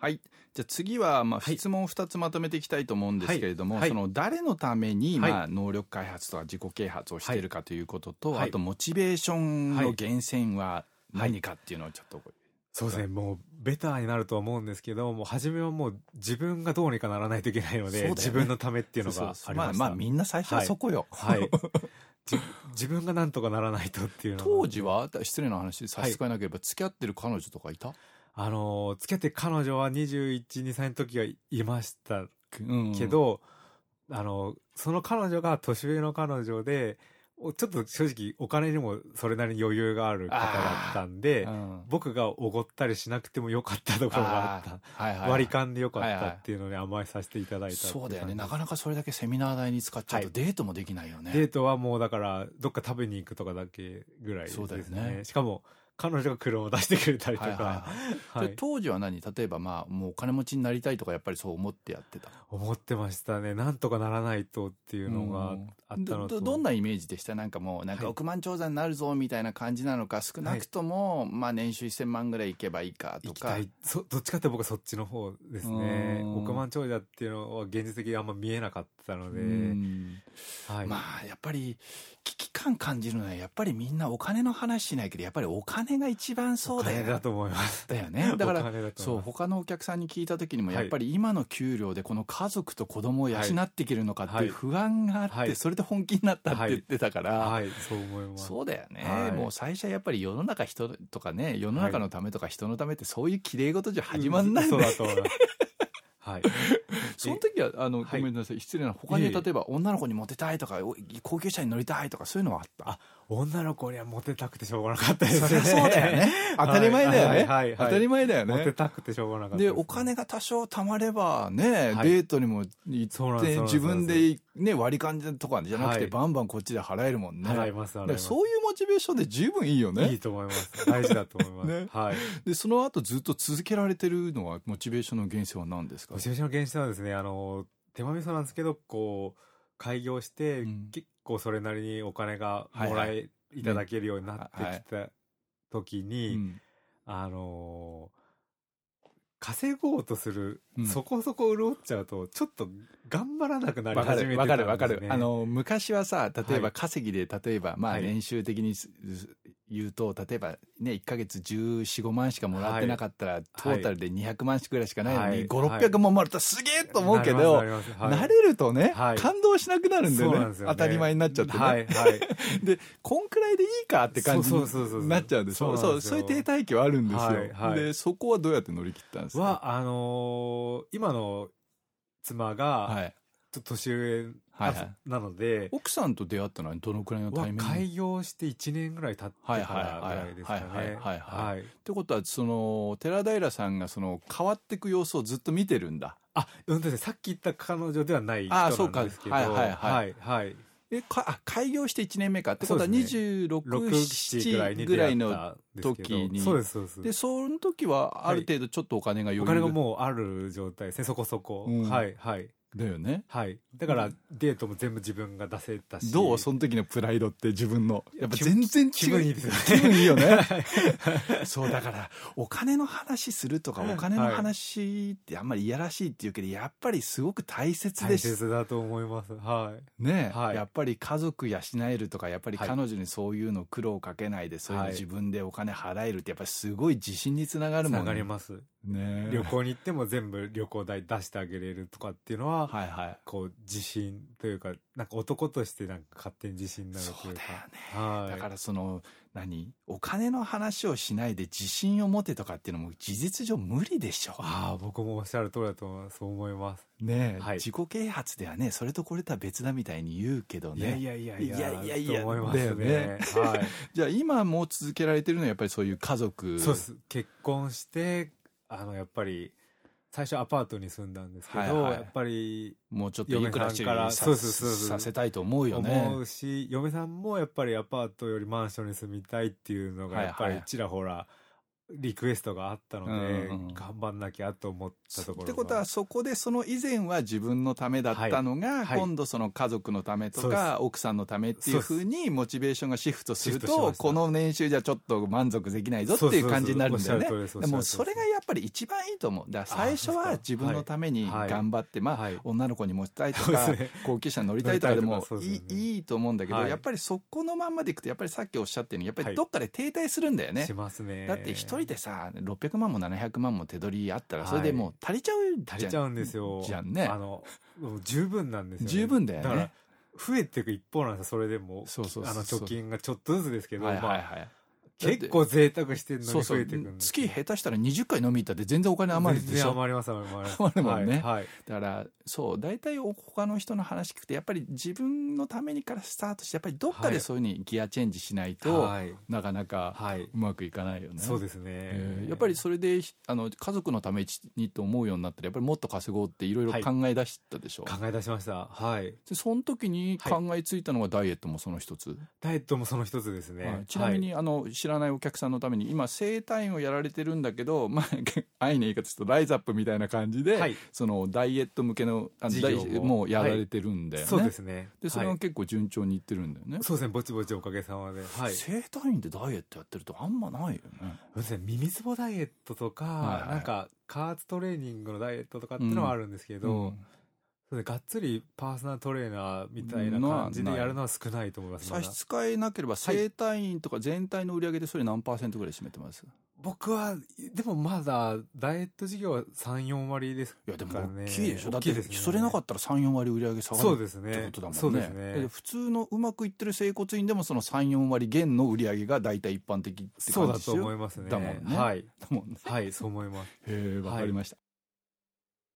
はい。じゃあ次は、まあ、はい質問を2つまとめていきたいと思うんですけれども、はいはいその誰のために、はいまあ、能力開発とか自己啓発をしているかということと、はいあとモチベーションの源泉は何かっていうのをちょっと、そうですね、もうベターになるとは思うんですけど、もう初めはもう自分がどうにかならないといけないのそうで、だよね自分のためっていうのがありました。まあまあみんな最初はそこよ。はい。じ自分がなんとかならないとっていう のが当時は失礼な話で差し支えなければ、付き合ってる彼女とかいた、あの、つけて彼女は21、2歳の時はいましたうんけど、あの、その彼女が年上の彼女で、おちょっと正直お金にもそれなりに余裕がある方だったんでう、ん僕がおごったりしなくてもよかったところがあった。はいはいはい割り勘でよかっはいはたいっていうので甘えさせていただいたっていそうだよね感じなかなかそれだけセミナー代に使っちゃうとはいデートもできないよね、デートはもうだから、どっか食べに行くとかだけぐらいですそうね。だよねしかも、彼女が車を出してくれたりとはいはいか、はいはでい、当時は何例えばまあもうお金持ちになりたいとかやっぱりそう思ってやってた思ってましたね。なんとかならないとっていうのがあったどのと。どどんなイメージでしたなんかもうなんかはい億万長者になるぞみたいな感じなのか少なくとも、まあ年収1000万ぐらいいけばいいかと行きかたい。そどっちかって僕はそっちの方ですねう。ん億万長者っていうのは現実的にあんま見えなかったので、うんはい。まあやっぱり危機感感じるのはやっぱりみんなお金の話しないけどやっぱりお金が一番そうだおよ金だと思います。だよねだかおら金だとそ思ういます他のお客さんに聞いた時にもはいやっぱり今の給料でこの家族と子供を養っていけるのかってはいいう不安があって、はいそれで本気になったって言ってたから、はい、そう思います。そうだよね、はいもう最初はやっぱり世の中人とかね世の中のためとか人のためってそういうきれい事じゃ始まんないんだそうよ、だと思います。はい。その時はあの、はいごめんなさい失礼な他にいえい例ええば女の子にモテたいとかお高級車に乗りたいとかそういうのはあったあ女の子にはモテたくてしょうがなかったですね。そりゃそうだよね当たり前だよね、はいはいはい当たり前だよ モテねたくてしょうがなかったですお金が多少貯まればね、はいデートにも行そうなんっでてすそうな自分んですで、ね、割り勘とかじゃなくて、はいバンバンこっちで払えるもんね払います、だ払いからます。そういうモチベーションで十分いいよねいいと思います。大事だと思います。 ねはい。でその後ずっと続けられてるのはモチベーションの源泉は何ですかモチベーションの原資はですね、あの、手間味噌なんですけど、こう、開業して、うん結構それなりにお金がもらえ、はいいただけるようになってはいきた時に、うんあのー稼ごうとする、うんそこそこ潤っちゃうと、ちょっと頑張らなくなりわか始めてるわたんですね。かるわかる。あの、昔はさ、例えはばい稼ぎで、例えば、まあはい練習的にすす言うと、例えばね、1ヶ月14、5万しかもらってなかったら、トータルで200万ぐらいしかないのはに、い5、600万もらったらすげえと思うけなど、りますなりますは慣いれるとね、はい感動しなくなるんだそうよなんねです。よね当たり前になっちゃってね。はいはい。で、こんくらいでいいかって感じそうそうそうそうになっちゃうんですよ。そうそなんう、ですよそういう停滞期はあるんですよはい。はいで、そこはどうやって乗り切ったんですかは、あのー今の妻はが、い。ちょっと年上な,、はいはいので、奥さんと出会ったのはどのくらいのタイミングはっ開業して1年ぐらい経ってからぐらいですかね。はいはいはいはいはいはいてことはその寺平さんがその変わっていく様子をずっと見てるんだあ、うんとねさっき言った彼女ではない人あなーそうかんですけど、、はいはいはいはい、えかあ開業して1年目かってことはそうです6、7 2627ぐらいにぐ出らい会っのたんですけどぐらいの時にそうです、そうです。でその時はある程度ちょっとお金が余裕お金がもうある状態ですね、そこそこ。うんはい、はい。だよねはい。だから、デートも全部自分が出せたし。どうその時のプライドって自分のやっぱ気全然違う気分いいですよね気分いいよ ねそうだからお金の話するとかお金の話ってあんまりいやらしいっていうけどやっぱりすごく大切で大す切だと思います。はい。ねえ、はいやっぱり家族養えるとかやっぱりはい彼女にそういうの苦労かけないでそういうのはい自分でお金払えるってやっぱりすごい自信につながるつもなんがりね。ます。ねえ旅行に行っても全部旅行代出してあげれるとかっていうのは、はいはい。こう、自信というか、なんか男としてなんか勝手に自信になるというか。はい。だからその何お金の話をしないで自信を持てとかっていうのも事実上無理でしょ。ああ、僕もおっしゃる通りだと思います。そう思います。ねえ、はい自己啓発ではねそれとこれとは別だみたいに言うけどね。いやいやいやいや。いやいやいやと思いますだよね。はい。じゃあ今もう続けられてるのはやっぱりそういう家族そうです。結婚して、あの、やっぱり、最初アパートに住んだんですけど、はいはいやっぱり、もうちょっといい暮らし嫁さんからにさそうそうそうそうさせたいと思うよね。思うし、嫁さんもやっぱりアパートよりマンションに住みたいっていうのが、はいやっぱはりいちらほらリクエストがあったので、うんうん頑張んなきゃと思ったところがってことはそこでその以前は自分のためだったのが、いはい今度その家族のためとそうでか奥さんのためっていうふうにモチベーションがシフトするシフトしまとしたこの年収じゃちょっと満足できないぞっていう感じになるんだよねそうそうそうおっしゃる通りですもうそれがやっぱり一番いいと思うだから最初は自分のためにはい頑張って、まあ、はい女の子に持ち たいとそか、うですね高級車に乗りたいとかで乗もりたいとかそういですい,、よねいいと思うんだけど、はいやっぱりそこのまんまでいくとやっぱりさっきおっしゃったようにやっぱはりいどっかで停滞するんだよね。しますねだって一人でさ600万も700万も手取りあったらそれでもう足りちゃうじゃん、足りちゃうんですよじゃんねあのもう十分なんですよ、ね、十分だよねから増えていく一方なんですよそれでもそうそうそうあの貯金がちょっとずつですけど、はいまはあいはい結構贅沢してるのそうにそ増うえていくんです月下手したら20回飲み行ったって全然お金余るでし全然ょ余ります余ります余るもんねはい、はいだからそう大体他の人の話聞くとやっぱり自分のためにからスタートしてやっぱりどっかはでいそういうふうにギアチェンジしないと、はいなかなかはい、うまくいかないよね。そうですね、えーやっぱりそれであの家族のためにと思うようになったらやっぱりもっと稼ごうっていろいろはい考え出したでしょ、考え出しましたはいでその時に考えついたのがダイエットもその一つ、ダイエットもその一つですね、はいちなみに、あの知らないお客さんのために今整体院をやられてるんだけど、まあ、 愛の言い方するとライズアップみたいな感じで、はいそのダイエット向けのあの事業ダイももうやられてるんだよね、そうですねでそれははい結構順調にいってるんだよね、そうですねぼちぼちおかげさまではい整体院でダイエットやってるとあんまないよねそうですね耳つぼダイエットとか、はいはいなんか加圧トレーニングのダイエットとかっていうのはあるんですけど、うんそうですねがっつりパーソナルトレーナーみたいな感じでやるのは少ないと思います、ま差だし支えなければ整体院とか全体の売り上げでそれ何パーセントぐらい占めてます、僕はでもまだダイエット事業は34割ですいやでだもからね大きいでしょ、だっ大きいでてすねそれなかったら34割売り上げ下がるそうですねってことだもんねそうですでね普通のうまくいってる整骨院でもその34割減の売り上げが大体一般的ってそう感じだですとよ思いますねだもんねはいだもんねはいそう思いますへえわかりました、